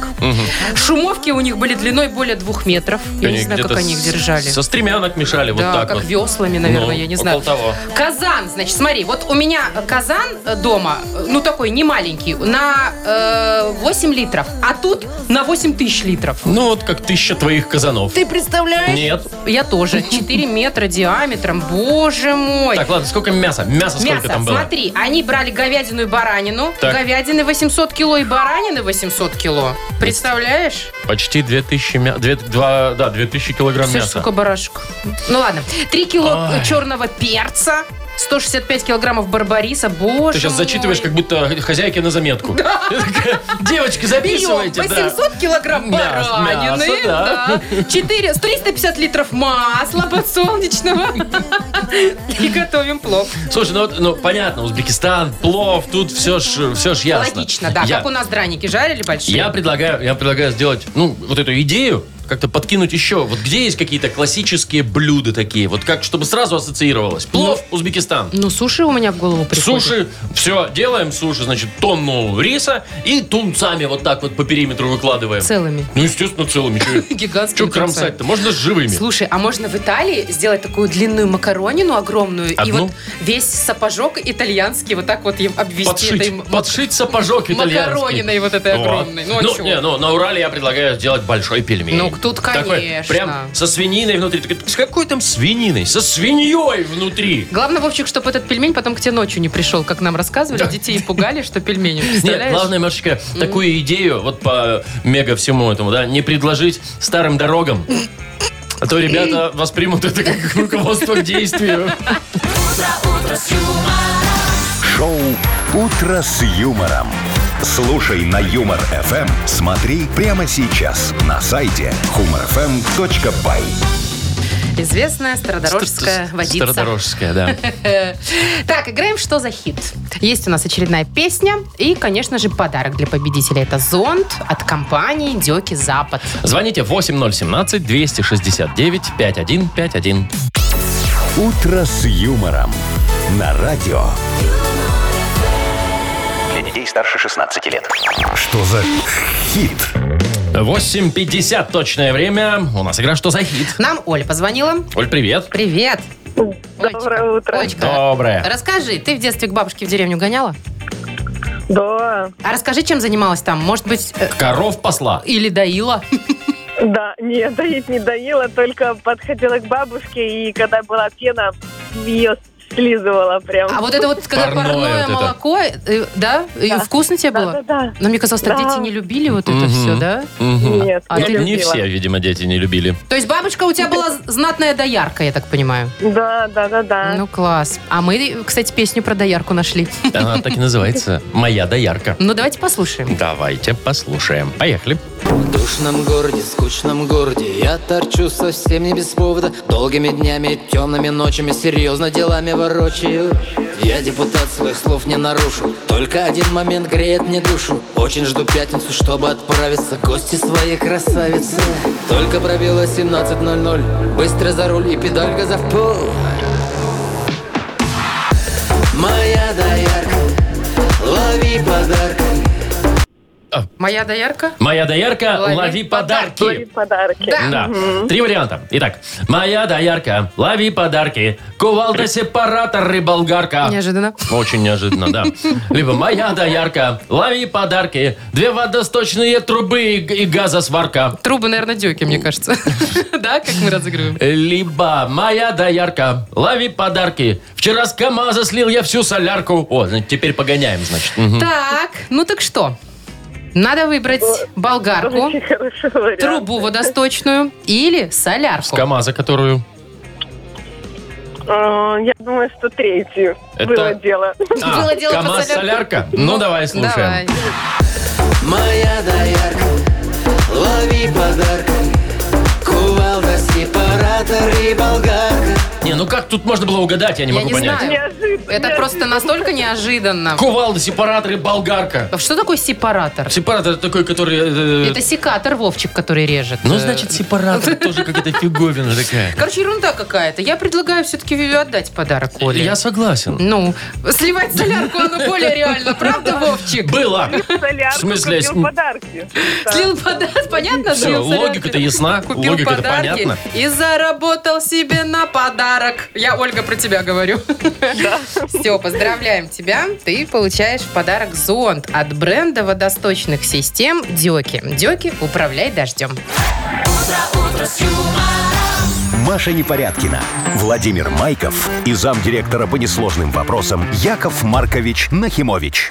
C: Шумовки у них были длиной более двух метров. Я не
B: Они
C: знаю, как
B: где-то
C: они их
B: с-
C: держали.
B: Со стремянок мешали вот
C: Да,
B: так
C: как
B: вот.
C: веслами, наверное,
B: Ну,
C: я не знаю.
B: около того.
C: Казан, значит, смотри, вот у меня э, казан э, дома, э, ну такой не маленький, на э, 8 литров, а тут на 8 тысяч литров.
B: Ну, вот как тысяча твоих казанов.
C: Ты представляешь?
B: Нет.
C: Я тоже. 4 метра диаметром. Боже мой.
B: Так, ладно, сколько мяса? Мяса сколько
C: Мясо,
B: там было?
C: смотри, они брали говядину и баранину.
B: Так.
C: Говядины 800 кило и баранины 800 кило. Представляешь?
B: Почти 2000 мя... две- два- да, 2000 килограмм
C: Все,
B: мяса.
C: сука, барашек. Ну ладно. 3 кило
B: Ай.
C: черного перца, 165 килограммов барбариса. Боже
B: Ты сейчас
C: мой.
B: зачитываешь, как будто хозяйке на заметку. Ты такая, Девочки,
C: Берем
B: записывайте. да».
C: 800 килограмм
B: Мясо,
C: баранины,
B: мясо, да.
C: да. 4, 350 литров масла подсолнечного. И готовим плов.
B: Слушай, ну, вот, ну понятно, Узбекистан, плов, тут все ж, все ж ясно.
C: Логично, да.
B: Я,
C: Как у нас драники жарили большие.
B: я предлагаю, я предлагаю сделать, ну, вот эту идею, как-то подкинуть еще. Вот где есть какие-то классические блюда такие? Вот как, чтобы сразу ассоциировалось. Плов, Узбекистан.
C: Ну, суши у меня в голову приходит.
B: Суши, все, делаем суши, значит, тонну риса и тунцами вот так вот по периметру выкладываем.
C: Целыми.
B: Ну, естественно, целыми. Че
C: Гигантскими тунцами.
B: кромсать-то? Можно с живыми.
C: Слушай, а можно в Италии сделать такую длинную макаронину огромную и
B: Одну?
C: вот весь сапожок итальянский вот так вот им обвести
B: Подшить,
C: этой м-
B: подшить сапожок итальянский.
C: макарониной вот этой огромной. Ну,
B: Ну,
C: а
B: ну
C: чё?
B: не, ну, на Урале я предлагаю сделать большой пельмень.
C: Ну, тут,
B: Такой,
C: конечно.
B: прям со свининой внутри. Так, С какой там свининой? Со свиньей внутри.
C: Главное, Вовчик, чтобы этот пельмень потом к тебе ночью не пришел, как нам рассказывали. Детей пугали, что пельмени.
B: Нет,
C: Представляешь?
B: главное, Машечка, такую идею, вот по мега всему этому, да, не предложить старым дорогам. А то ребята воспримут это как руководство к действию.
A: Шоу «Утро с юмором». Слушай на Юмор ФМ. Смотри прямо сейчас на сайте humorfm.by.
C: Известная стародорожская водица.
B: Стародорожская, да.
C: Так, играем «Что за хит?». Есть у нас очередная песня и, конечно же, подарок для победителя. Это зонт от компании «Деки Запад».
B: Звоните 8017-269-5151.
A: «Утро с юмором». На радио.
D: Для детей старше 16 лет.
A: Что за хит?
B: 8.50 точное время. У нас игра «Что за хит?».
C: Нам Оля позвонила.
B: Оль, привет.
C: Привет.
F: Доброе утро.
C: Олечка,
B: Доброе.
C: расскажи, ты в детстве к бабушке в деревню гоняла?
F: Да,
C: А расскажи, чем занималась там? Может быть, э,
B: Коров посла.
C: или доила?
F: да, не, доить не доила, только подходила к бабушке, и когда была пена, ее слизывала прям.
C: А вот это вот, когда
B: Парное
C: парное
B: вот это.
C: молоко, э, да? И
F: Да.
C: вкусно тебе было?
F: Да-да-да.
C: Но мне казалось, так
F: Да.
C: дети не любили вот это
B: Мгм.
C: все, да?
B: Мгм.
F: Нет,
C: А
F: я
B: Ну, не
F: любила.
B: все, видимо, дети не любили.
C: То есть бабушка у тебя была знатная доярка, я так понимаю.
F: Да, да, да, да.
C: Ну класс. А мы, кстати, песню про доярку нашли.
B: Она так и называется. Моя доярка.
C: Ну давайте послушаем.
B: Давайте послушаем. Поехали.
G: В душном городе, скучном городе Я торчу совсем не без повода Долгими днями, темными ночами Серьезно делами в ворочаю Я депутат, своих слов не нарушу Только один момент греет мне душу Очень жду пятницу, чтобы отправиться к Гости своей красавицы Только пробило 17.00 Быстро за руль и педаль газа в пол Моя доярка Лови подарком
C: Моя доярка?
B: Моя доярка,
C: Лови
B: лови, подарки.
F: И подарки.
C: Да.
B: Да. Три варианта. Итак, моя доярка, лови подарки. Кувалда, сепаратор и болгарка.
C: Неожиданно.
B: Очень неожиданно, да. Либо моя доярка, лови подарки. Две водосточные трубы и, г- и газосварка.
C: Трубы, наверное, дюки, мне кажется. Да, как мы разыгрываем.
B: Либо моя доярка, лови подарки. Вчера с КамАЗа слил я всю солярку. О, значит, теперь погоняем, значит. Мгм.
C: Так, ну так что? Надо выбрать болгарку,
F: Очень хороший вариант.
C: трубу водосточную или солярку.
B: КамАЗа, которую...
F: Э, Я думаю, что третью
B: Это-
F: было дело.
B: А,
C: Было дело под
B: КамАЗ солярка? Ну, давай, слушаем.
C: Давай.
G: Моя доярка, лови подарком Кувалда, сепаратор и болгарка
B: Не, ну как тут можно было угадать, я не
C: Я
B: могу
C: не
B: понять.
C: знаю.
F: Неожиданно.
C: Это просто настолько неожиданно. А
B: Кувалда, сепаратор и болгарка.
C: Что такое сепаратор?
B: Сепаратор такой, который... э,
C: Это секатор, Вовчик, который режет.
B: Ну,
C: Э,
B: значит, сепаратор тоже какая-то фиговина такая.
C: Короче, ерунда какая-то. Я предлагаю все-таки отдать подарок Оле.
B: Я согласен.
C: Ну, сливать солярку, оно более реально. Правда, Вовчик?
B: Было.
F: Солярку
B: В смысле,
F: купил
B: с-
F: подарки.
C: Слил подарок, понятно?
B: Всё,
C: слил солярки?
B: логика-то ясна,
C: Купил
B: логика-то
C: подарки
B: понятна.
C: и заработал себе на подарок. Я, Ольга, про тебя говорю. Все, поздравляем тебя. Ты получаешь в подарок зонт от бренда водосточных систем Дёки. Дёки, управляй дождем.
A: Маша Непорядкина, Владимир Майков и замдиректора по несложным вопросам Яков Маркович Нахимович.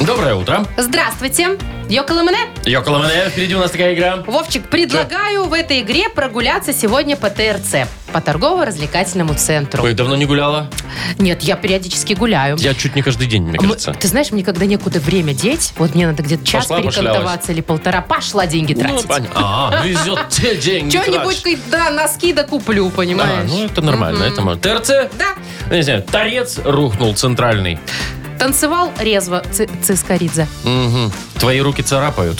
B: Доброе утро.
C: Здравствуйте. Йоколэмэне.
B: Йоко Ламане, впереди у нас такая игра.
C: Э. Вовчик, предлагаю в этой игре прогуляться сегодня по ТРЦ, по торгово-развлекательному центру.
B: Ой, давно не гуляла?
C: Нет, я периодически гуляю. А
B: Я чуть не каждый день, мне
C: Мы-
B: кажется.
C: Ты знаешь, мне когда некуда время деть, вот мне надо где-то час
B: Пошла, пошлялась.
C: перекантоваться или полтора, пошла деньги
B: Ну,
C: тратить.
B: понятно. А, везет те деньги.
C: Что-нибудь,
B: трачь.
C: как- да, носки докуплю,
B: А,
C: понимаешь?
B: ну это нормально, это можно. ТРЦ?
C: Да.
B: Не знаю, торец рухнул центральный.
C: Танцевал резво Ци- Цискоридзе.
B: Мгм. Твои руки царапают.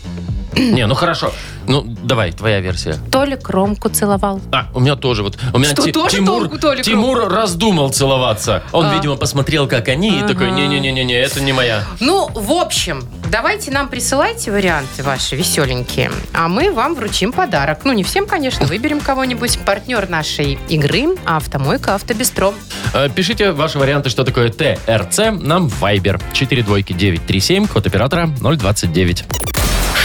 B: Не, ну хорошо. Ну, давай, твоя версия.
C: Толя кромку целовал.
B: А, у меня тоже вот. У меня
C: Что, тоже
B: Тимур,
C: толку, Толик?
B: Тимур раздумал целоваться. Он,
C: А.
B: видимо, посмотрел, как они, и такой, не-не-не-не, это не моя.
C: Ну, в общем, давайте нам присылайте варианты ваши веселенькие, а мы вам вручим подарок. Ну, не всем, конечно, выберем кого-нибудь. Партнер нашей игры – автомойка «Автобестро».
B: Э, Пишите ваши варианты, что такое ТРЦ, нам в Viber. 4 двойки 937, код оператора 029.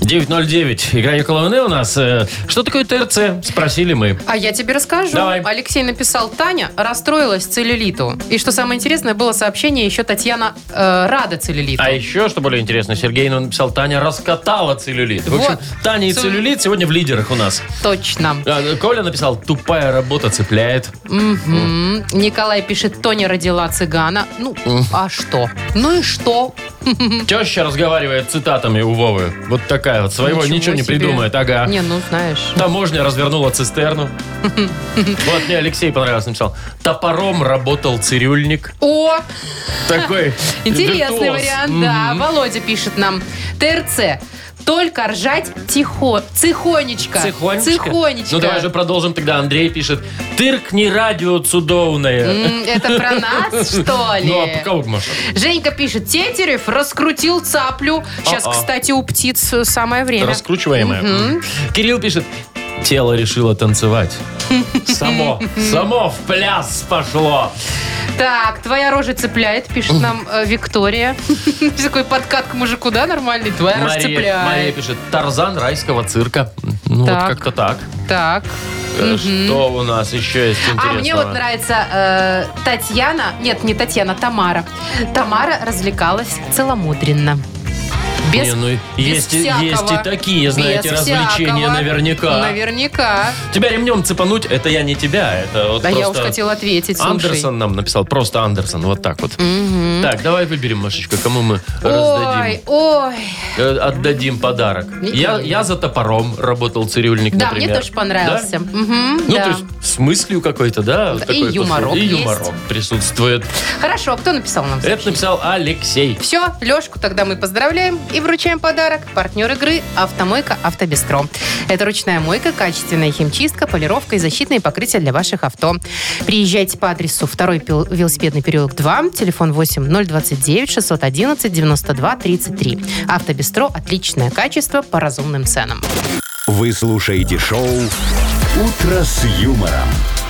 B: 909. Игра Яколовны у нас. э, Что такое ТРЦ? Спросили мы.
C: А я тебе расскажу.
B: Давай.
C: Алексей написал, Таня расстроилась целлюлиту. И что самое интересное, было сообщение еще Татьяна э, рада целлюлиту.
B: А еще, что более интересно, Сергей нам написал, Таня раскатала целлюлит. В общем,
C: Вот.
B: Таня и
C: Целлю-
B: целлюлит сегодня в лидерах у нас.
C: Точно.
B: А, Коля написал, тупая работа цепляет.
C: Мгм. Николай пишет, Тоня родила цыгана. Ну, а что? Ну и что?
B: Теща разговаривает цитатами у Вовы. Вот такая вот. Своего ничего не
C: себе.
B: придумает. Ага.
C: Не, ну знаешь.
B: Таможня развернула цистерну. Вот мне Алексей понравился, написал. Топором работал цирюльник.
C: О,
B: Такой
C: интересный
B: виртуоз.
C: вариант, да. Володя пишет нам. ТРЦ. Только ржать тихо, цихонечко.
B: Цихонечко.
C: Цихонечко.
B: Ну давай же продолжим тогда. Андрей пишет. Тыркни радио цудовное.
C: М, Это про нас, что ли?
B: Ну а кого Маша?
C: Женька пишет, Тетерев раскрутил цаплю. Сейчас,
B: А-а.
C: кстати, у птиц э, самое время.
B: Раскручиваемое. Кирилл пишет. Тело решило танцевать. Само, само в пляс пошло.
C: Так, твоя рожа цепляет, пишет нам э, Виктория. Такой подкат к мужику, да, нормальный? Твоя рожа
B: Мария, Мария
C: цепляет.
B: пишет, Тарзан райского цирка. Ну,
C: Так.
B: вот как-то так.
C: Так.
B: Э, Что у нас еще есть
C: А
B: интересного?
C: мне вот нравится э, Татьяна, нет, не Татьяна, Тамара. Тамара развлекалась целомудренно. Без,
B: Не, ну,
C: без
B: есть и-
C: всякого.
B: есть и такие, знаете,
C: Без
B: развлечения
C: всякого.
B: наверняка.
C: Наверняка.
B: Тебя ремнем цепануть, это я не тебя, это вот
C: Да я уж
B: просто
C: хотела ответить,
B: Андерсон
C: слушай.
B: нам написал, просто Андерсон, вот так вот. Так, давай выберем, Машечка, кому мы
C: Ой,
B: раздадим,
C: ой.
B: э, отдадим подарок. Я, я за топором работал цирюльник,
C: Да,
B: например.
C: мне тоже
B: Да?
C: понравился. Мгм,
B: Ну,
C: да.
B: то есть с мыслью какой-то, да? вот
C: И
B: такой
C: юморок
B: послуг- И
C: есть.
B: юморок присутствует.
C: Хорошо, а кто написал нам?
B: Это написал Алексей.
C: Все, Лешку тогда мы поздравляем и вручаем подарок. Партнер игры «Автомойка Автобестро». Это ручная мойка, качественная химчистка, полировка и защитные покрытия для ваших авто. Приезжайте по адресу 2 пил- велосипедный переулок 2, телефон 8 029 611 92 33. «Автобестро» – отличное качество по разумным ценам.
A: Вы слушаете шоу «Утро с юмором»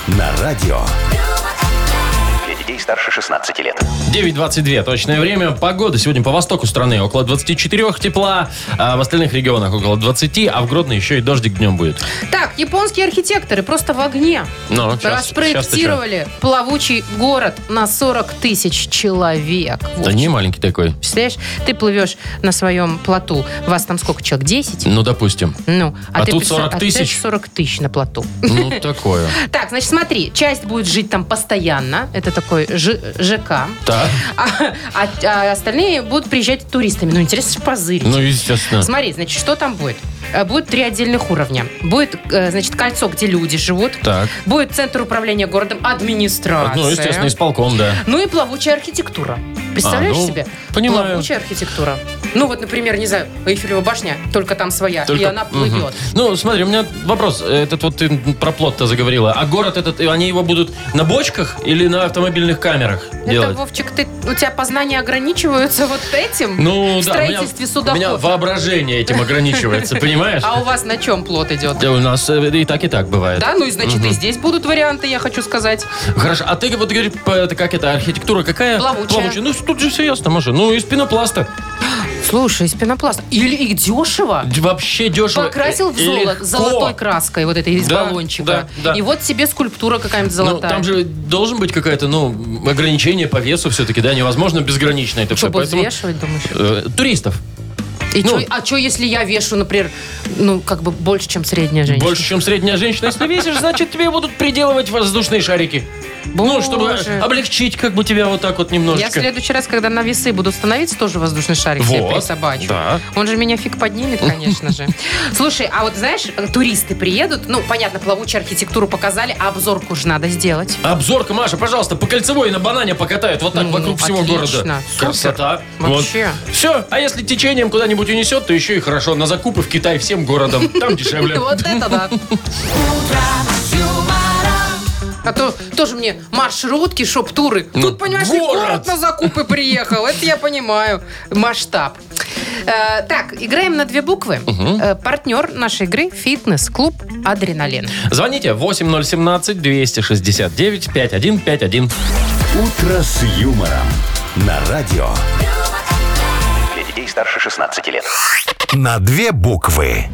A: на радио.
D: Для детей старше 16 лет.
B: 9.22, точное время. Погода сегодня по востоку страны около 24 тепла, а в остальных регионах около 20, а в Гродно еще и дождик днем будет.
C: Так, японские архитекторы просто в огне.
B: Ну, щас- щас-то чё?
C: Распроектировали плавучий город на 40 тысяч человек.
B: Да не маленький такой.
C: Представляешь, ты плывешь на своем плоту, вас там сколько человек, 10?
B: Ну, допустим.
C: Ну,
B: А
C: ты
B: тут
C: представь-
B: 40
C: а ты
B: тысяч?
C: 40 тысяч на плоту.
B: Ну, такое.
C: Так, значит, смотри, часть будет жить там постоянно, это такой Ж- ЖК,
B: Так.
C: а, а- а остальные будут приезжать туристами. Ну, интересно же позырить.
B: Ну, естественно.
C: Смотри, значит, что там будет? Э, Будет три отдельных уровня. Будет, э, значит, кольцо, где люди живут.
B: Так.
C: Будет центр управления городом, администрация.
B: Ну, естественно, исполком, да.
C: Ну и плавучая архитектура. Представляешь
B: А, ну,
C: себе?
B: понимаю.
C: Плавучая архитектура. Ну вот, например, не знаю, Эйфелева башня, только там своя, и
B: Только-
C: она плывет.
B: Мгм. Ну, смотри, у меня вопрос. Этот вот ты про плот-то заговорила. А город этот, они его будут на бочках или на автомобильных камерах
C: Это,
B: делать?
C: Вовчик, ты, у тебя познания ограничиваются вот этим?
B: Ну, да.
C: в
B: у меня-
C: строительстве судов.
B: У меня воображение этим ограничивается, понимаешь?
C: А у вас на чем плод идет?
B: Да у нас э, и так, и так бывает.
C: Да, ну и значит, и здесь будут варианты, я хочу сказать.
B: Хорошо, а ты вот говоришь, п- это как это, архитектура какая?
C: Плавучая.
B: Ну, тут же все ясно, Маша. Ну, из пинопласта.
C: Слушай, из пенопласта. Или и дешево.
B: Д- Вообще дешево.
C: Покрасил в
B: Э,
C: золото,
B: легко.
C: золотой краской, вот этой из
B: Да,
C: баллончика.
B: да, да.
C: И вот тебе скульптура какая-нибудь
B: Ну,
C: золотая.
B: там же должен быть какое-то, ну, ограничение по весу все-таки, да? Невозможно безгранично это
C: Что,
B: все.
C: будут
B: Поэтому
C: взвешивать, думаешь?
B: э, туристов
C: И
B: Ну.
C: чё- а что, если я вешу, например, ну, как бы больше, чем средняя женщина?
B: больше, чем средняя женщина. Если весишь, значит, тебе будут приделывать воздушные шарики. Ну, чтобы
C: Боже.
B: облегчить как бы тебя вот так вот
C: Я в
B: немножечко.
C: следующий раз, когда на весы буду становиться, тоже воздушный шарик себе
B: Вот,
C: присобачу.
B: да.
C: Он же меня фиг поднимет, конечно же. Слушай, а вот знаешь, э, туристы приедут, ну, понятно, плавучую архитектуру показали, а обзорку же надо сделать.
B: Обзорка, Маша, пожалуйста, по кольцевой на банане покатают вот так
C: Ну,
B: вокруг всего
C: отлично.
B: города.
C: Супер.
B: Красота.
C: Вообще.
B: Все. А если течением куда-нибудь унесет, то еще и хорошо. На закупы в Китай всем городом. Там дешевле.
C: Вот это да. А то тоже мне маршрутки, шоп-туры. Тут, понимаешь, и
B: город.
C: город на закупы приехал. Это я понимаю. Масштаб. Э, Так, играем на две буквы. Э, Партнер нашей игры – фитнес-клуб «Адреналин».
B: Звоните 8017-269-5151.
A: «Утро с юмором» на радио.
D: Для детей старше 16 лет.
A: На две буквы.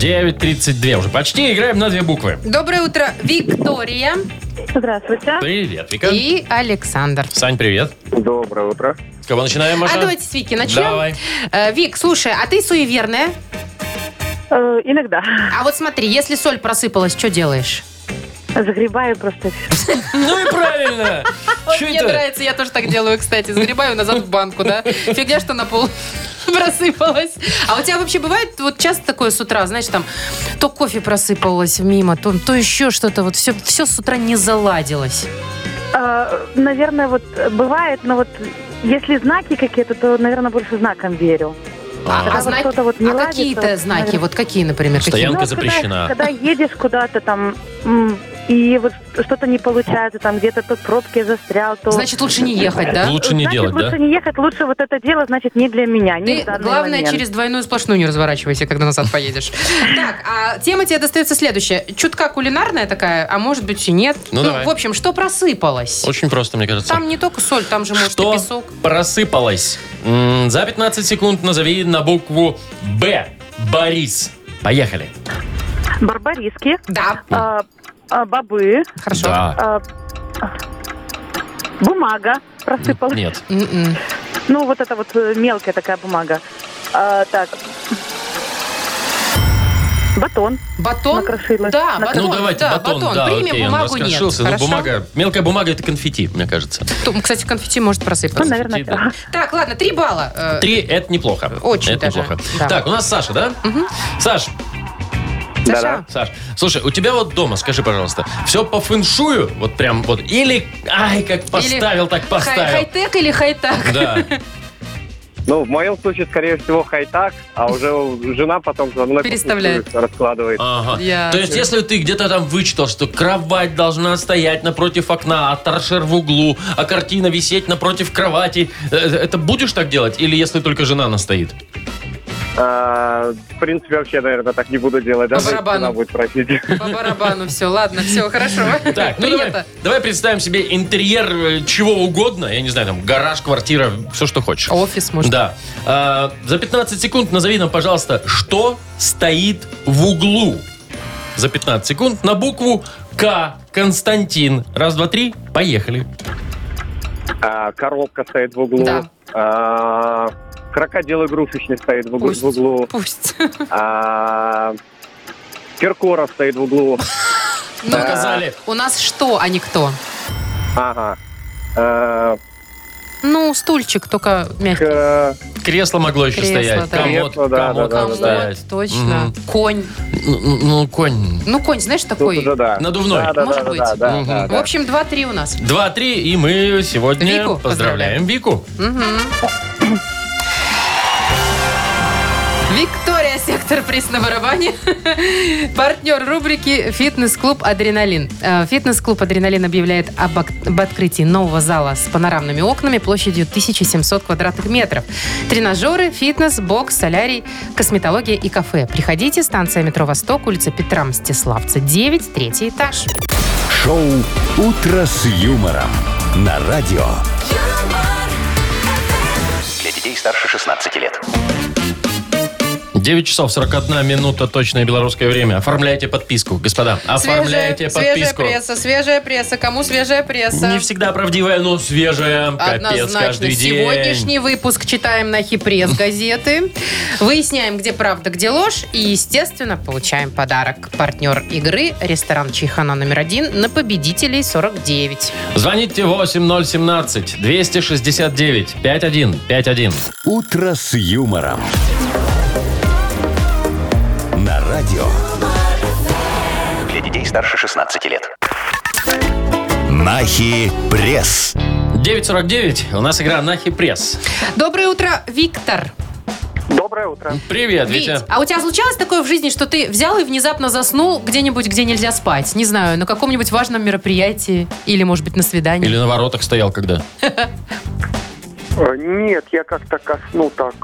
B: 932. Уже почти играем на две буквы.
C: Доброе утро, Виктория
F: Здравствуйте.
B: Привет, Вика.
C: и Александр.
B: Сань, привет.
E: Доброе утро.
B: С кого начинаем, Маша?
C: А давайте с Вики начнем.
B: Давай.
C: Э, Вик, слушай, а ты суеверная?
F: Э, иногда.
C: А вот смотри, если соль просыпалась, что делаешь?
F: Загребаю просто.
B: Ну и правильно.
C: Ой,
B: Чё
C: мне
B: это?
C: нравится, я тоже так делаю, кстати. Загребаю назад в банку, да? Фигня, что на пол просыпалась. А у тебя вообще бывает вот часто такое с утра, знаешь, там то кофе просыпалось мимо, то, то еще что-то, вот все, все с утра не заладилось.
F: Э, наверное, вот э, бывает, но вот если знаки какие-то, то, наверное, больше знакам верю.
B: А,
F: Когда
C: А
F: вот
C: знаки-
F: что-то вот не
C: А
F: ладится,
C: какие-то
F: вот,
C: знаки,
F: наверное.
C: вот какие, например? какие?
B: Стоянка
F: Ну,
B: запрещена.
F: Когда, когда едешь куда-то там, м, и вот что-то не получается, там где-то то в пробке застрял, то...
C: Значит, лучше не ехать, да?
B: Лучше не
F: значит,
B: делать, да?
F: лучше не ехать, лучше вот это дело, значит, не для меня, не
C: Ты,
F: в данный
C: главное,
F: момент.
C: через двойную сплошную не разворачивайся, когда назад поедешь. Так, а тема тебе достается следующая. Чутка кулинарная такая, а может быть и нет.
B: Ну, давай.
C: в общем, что просыпалось?
B: Очень просто, мне кажется.
C: Там не только соль, там же, может,
B: Что
C: и песок.
B: просыпалось? М, За 15 секунд назови на букву Б. Борис. Поехали.
F: Барбариски,
C: Да,
F: а, а, бобы,
C: хорошо.
B: Да.
F: а, бумага просыпалась.
B: Нет.
C: М-м.
F: Ну, вот это вот э, мелкая такая бумага. А, А, так. Батон.
C: Батон?
F: Накрошила.
C: Да, батон.
B: Ну, давайте
C: да,
B: батон, да,
C: Примем,
B: окей, он
C: бумагу нет.
B: раскрошился. Ну,
C: Хорошо?
B: бумага, мелкая бумага это конфетти, мне кажется.
C: Тут, Кстати, конфетти может
F: Ну,
C: просыпаться.
F: наверное,
B: да.
F: так.
C: Так, ладно, три балла. Э,
B: Три – это неплохо.
C: Очень
B: Это
C: даже,
B: неплохо.
C: да.
B: Так, у нас Саша, да? Саш,
F: Да-да.
B: Саш, слушай, у тебя вот дома, скажи, пожалуйста, все по фэншую, вот прям вот, или, ай, как поставил, так
C: хай-
B: поставил.
C: Хай-тек или хай-так?
B: Да.
E: Ну, в моем случае, скорее всего, хай-так, а уже жена потом за мной
C: Переставляет.
E: кухню раскладывает.
B: Ага.
C: Ясно.
B: То есть, если ты где-то там вычитал, что кровать должна стоять напротив окна, а торшер в углу, а картина висеть напротив кровати, э, это будешь так делать? Или если только жена настоит?
E: А, в принципе, вообще, наверное, так не буду делать. Даже если
C: барабану.
E: жена будет просить.
C: По барабану все. Ладно, все, хорошо.
B: Так, ну давай,
C: Принято.
B: давай представим себе интерьер э, чего угодно, я не знаю, там гараж, квартира, все, что хочешь.
C: Офис, может.
B: Да. А, за 15 секунд назови нам, пожалуйста, что стоит в углу. За 15 секунд на букву К. Константин. Раз, два, три. Поехали.
E: А, коробка стоит в углу.
C: Да.
E: А, крокодил игрушечный стоит в углу.
C: Пусть.
E: В углу.
C: Пусть.
E: А, Киркора стоит в углу.
C: Ну,
B: Показали.
C: У нас что, а не кто?
E: Ага. А,
C: Ну, стульчик, только мягкий.
E: к-
B: Кресло могло еще
C: Кресло,
B: стоять.
C: да.
B: Комод,
E: Кресло, да,
B: комод
E: да, да,
B: мог
E: да.
B: стоять.
C: Комод, точно.
B: Мгм.
C: Конь.
B: Ну, ну, ну, конь.
C: Ну, конь, знаешь,
E: Тут
C: такой.
E: уже да.
B: Надувной.
E: Да, да,
C: Может
E: да,
C: быть.
E: да, да,
B: Мгм.
E: да,
C: В
E: да.
C: общем, два-три у нас.
B: Два, три, и мы сегодня
C: Вику
B: поздравляем
C: поздравляем.
B: Вику.
C: Виктория, сектор приз на барабане. Партнер рубрики «Фитнес-клуб Адреналин». Э, Фитнес-клуб «Адреналин» объявляет об, ак- об открытии нового зала с панорамными окнами площадью 1700 квадратных метров. Тренажеры, фитнес, бокс, солярий, косметология и кафе. Приходите, станция метро «Восток», улица Петра Мстиславца, 9, третий этаж.
A: Шоу «Утро с юмором» на радио.
D: Для детей старше 16 лет.
B: 9 часов 41 минута точное белорусское время. Оформляйте подписку, господа. Оформляйте подписку.
C: свежая пресса. Кому свежая пресса?
B: Не всегда правдивая, но свежая. Капец,
C: Однозначно.
B: каждый день.
C: Сегодняшний выпуск читаем на Хипресс газеты. Выясняем, где правда, где ложь. И, естественно, получаем подарок. Партнер игры – ресторан Чайхана номер один на победителей 49.
B: Звоните 8017 269 5151.
A: «Утро с юмором». На радио.
D: Для детей старше 16 лет.
A: Нахи пресс.
B: 949. У нас игра Нахи Пресс.
C: Доброе утро, Виктор.
E: Доброе утро.
B: Привет,
C: Вить,
B: Витя.
C: а у тебя случалось такое в жизни, что ты взял и внезапно заснул где-нибудь, где нельзя спать? Не знаю, на каком-нибудь важном мероприятии или, может быть, на свидании?
B: Или на воротах стоял когда?
H: Э, Нет, я как-то косну так.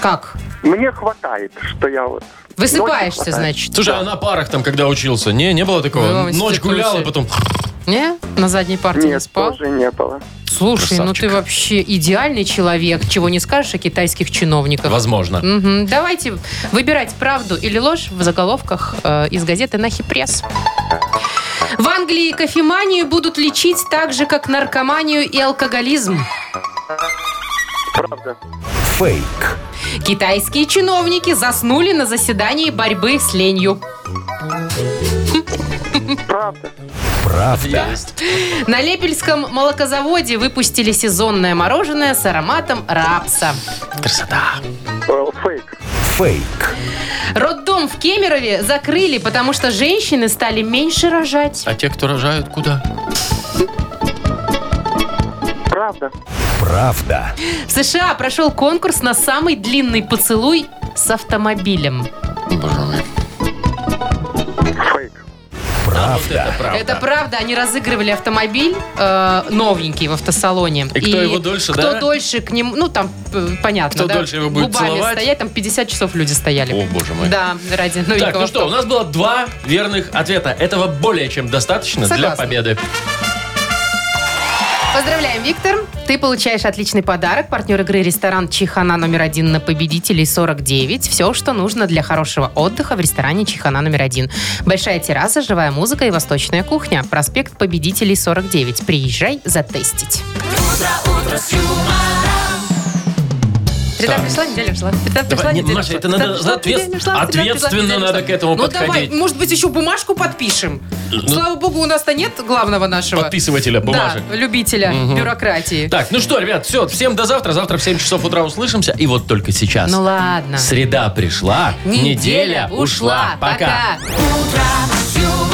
C: Как?
H: Мне хватает, что я вот...
C: Высыпаешься,
H: Ночью хватает.
C: значит?
B: Слушай, а на парах там, когда учился, не, не было
C: Да,
B: такого?
C: в
B: Ночь
C: институте.
B: гулял, и потом...
C: Не? На задней партии не
H: Нет,
C: спал?
H: тоже не было.
C: Слушай, ну
B: Красавчик.
C: ты вообще идеальный человек, чего не скажешь о китайских чиновниках.
B: Возможно.
C: Мгм. Давайте выбирать правду или ложь в заголовках э, из газеты «Нахи пресс». В Англии кофеманию будут лечить так же, как наркоманию и алкоголизм.
H: Правда.
A: Фейк.
C: Китайские чиновники заснули на заседании борьбы с ленью.
H: Правда.
A: Правда.
C: На Лепельском молокозаводе выпустили сезонное мороженое с ароматом рапса.
B: Красота.
H: Э, Фейк.
A: Фейк.
C: Роддом в Кемерове закрыли, потому что женщины стали меньше рожать.
B: А те, кто рожают, куда?
H: Правда.
A: Правда.
C: В США прошел конкурс на самый длинный поцелуй с автомобилем.
B: Боже мой.
H: Фейк.
B: Это правда.
C: Это правда, они разыгрывали автомобиль э, новенький в автосалоне.
B: И кто его дольше,
C: кто
B: да?
C: дольше к нему, ну там э, понятно,
B: Кто
C: да,
B: дольше его будет
C: губами
B: целовать?
C: стоять, там 50 часов люди стояли.
B: О, боже мой.
C: Да, ради новенького
B: Так, ну что,
C: авто.
B: у нас было два верных ответа. Этого более чем достаточно для
C: Согласна.
B: победы.
C: Поздравляем, Виктор. Ты получаешь отличный подарок. Партнер игры ресторан Чихана номер один на победителей 49. Все, что нужно для хорошего отдыха в ресторане Чихана номер один. Большая терраса, живая музыка и восточная кухня. Проспект победителей 49. Приезжай затестить. Среда пришла, неделя ушла. Среда пришла,
B: Давай, не,
C: неделя
B: Маша,
C: ушла.
B: это
C: Среда
B: надо
C: пришла,
B: ответ-
C: неделя ушла, среда пришла,
B: ответственно
C: неделя
B: надо
C: ушла.
B: к этому
C: ну,
B: подходить. Ну,
C: давай, может быть, еще бумажку подпишем? Слава богу, у нас-то нет главного нашего...
B: Подписывателя бумажек.
C: Да, любителя бюрократии.
B: Так, ну что, ребят, все, всем до завтра. Завтра в 7 часов утра услышимся. И вот только сейчас.
C: Ну ладно.
B: Среда пришла, неделя, ушла. Пока.
C: Утро с юмором.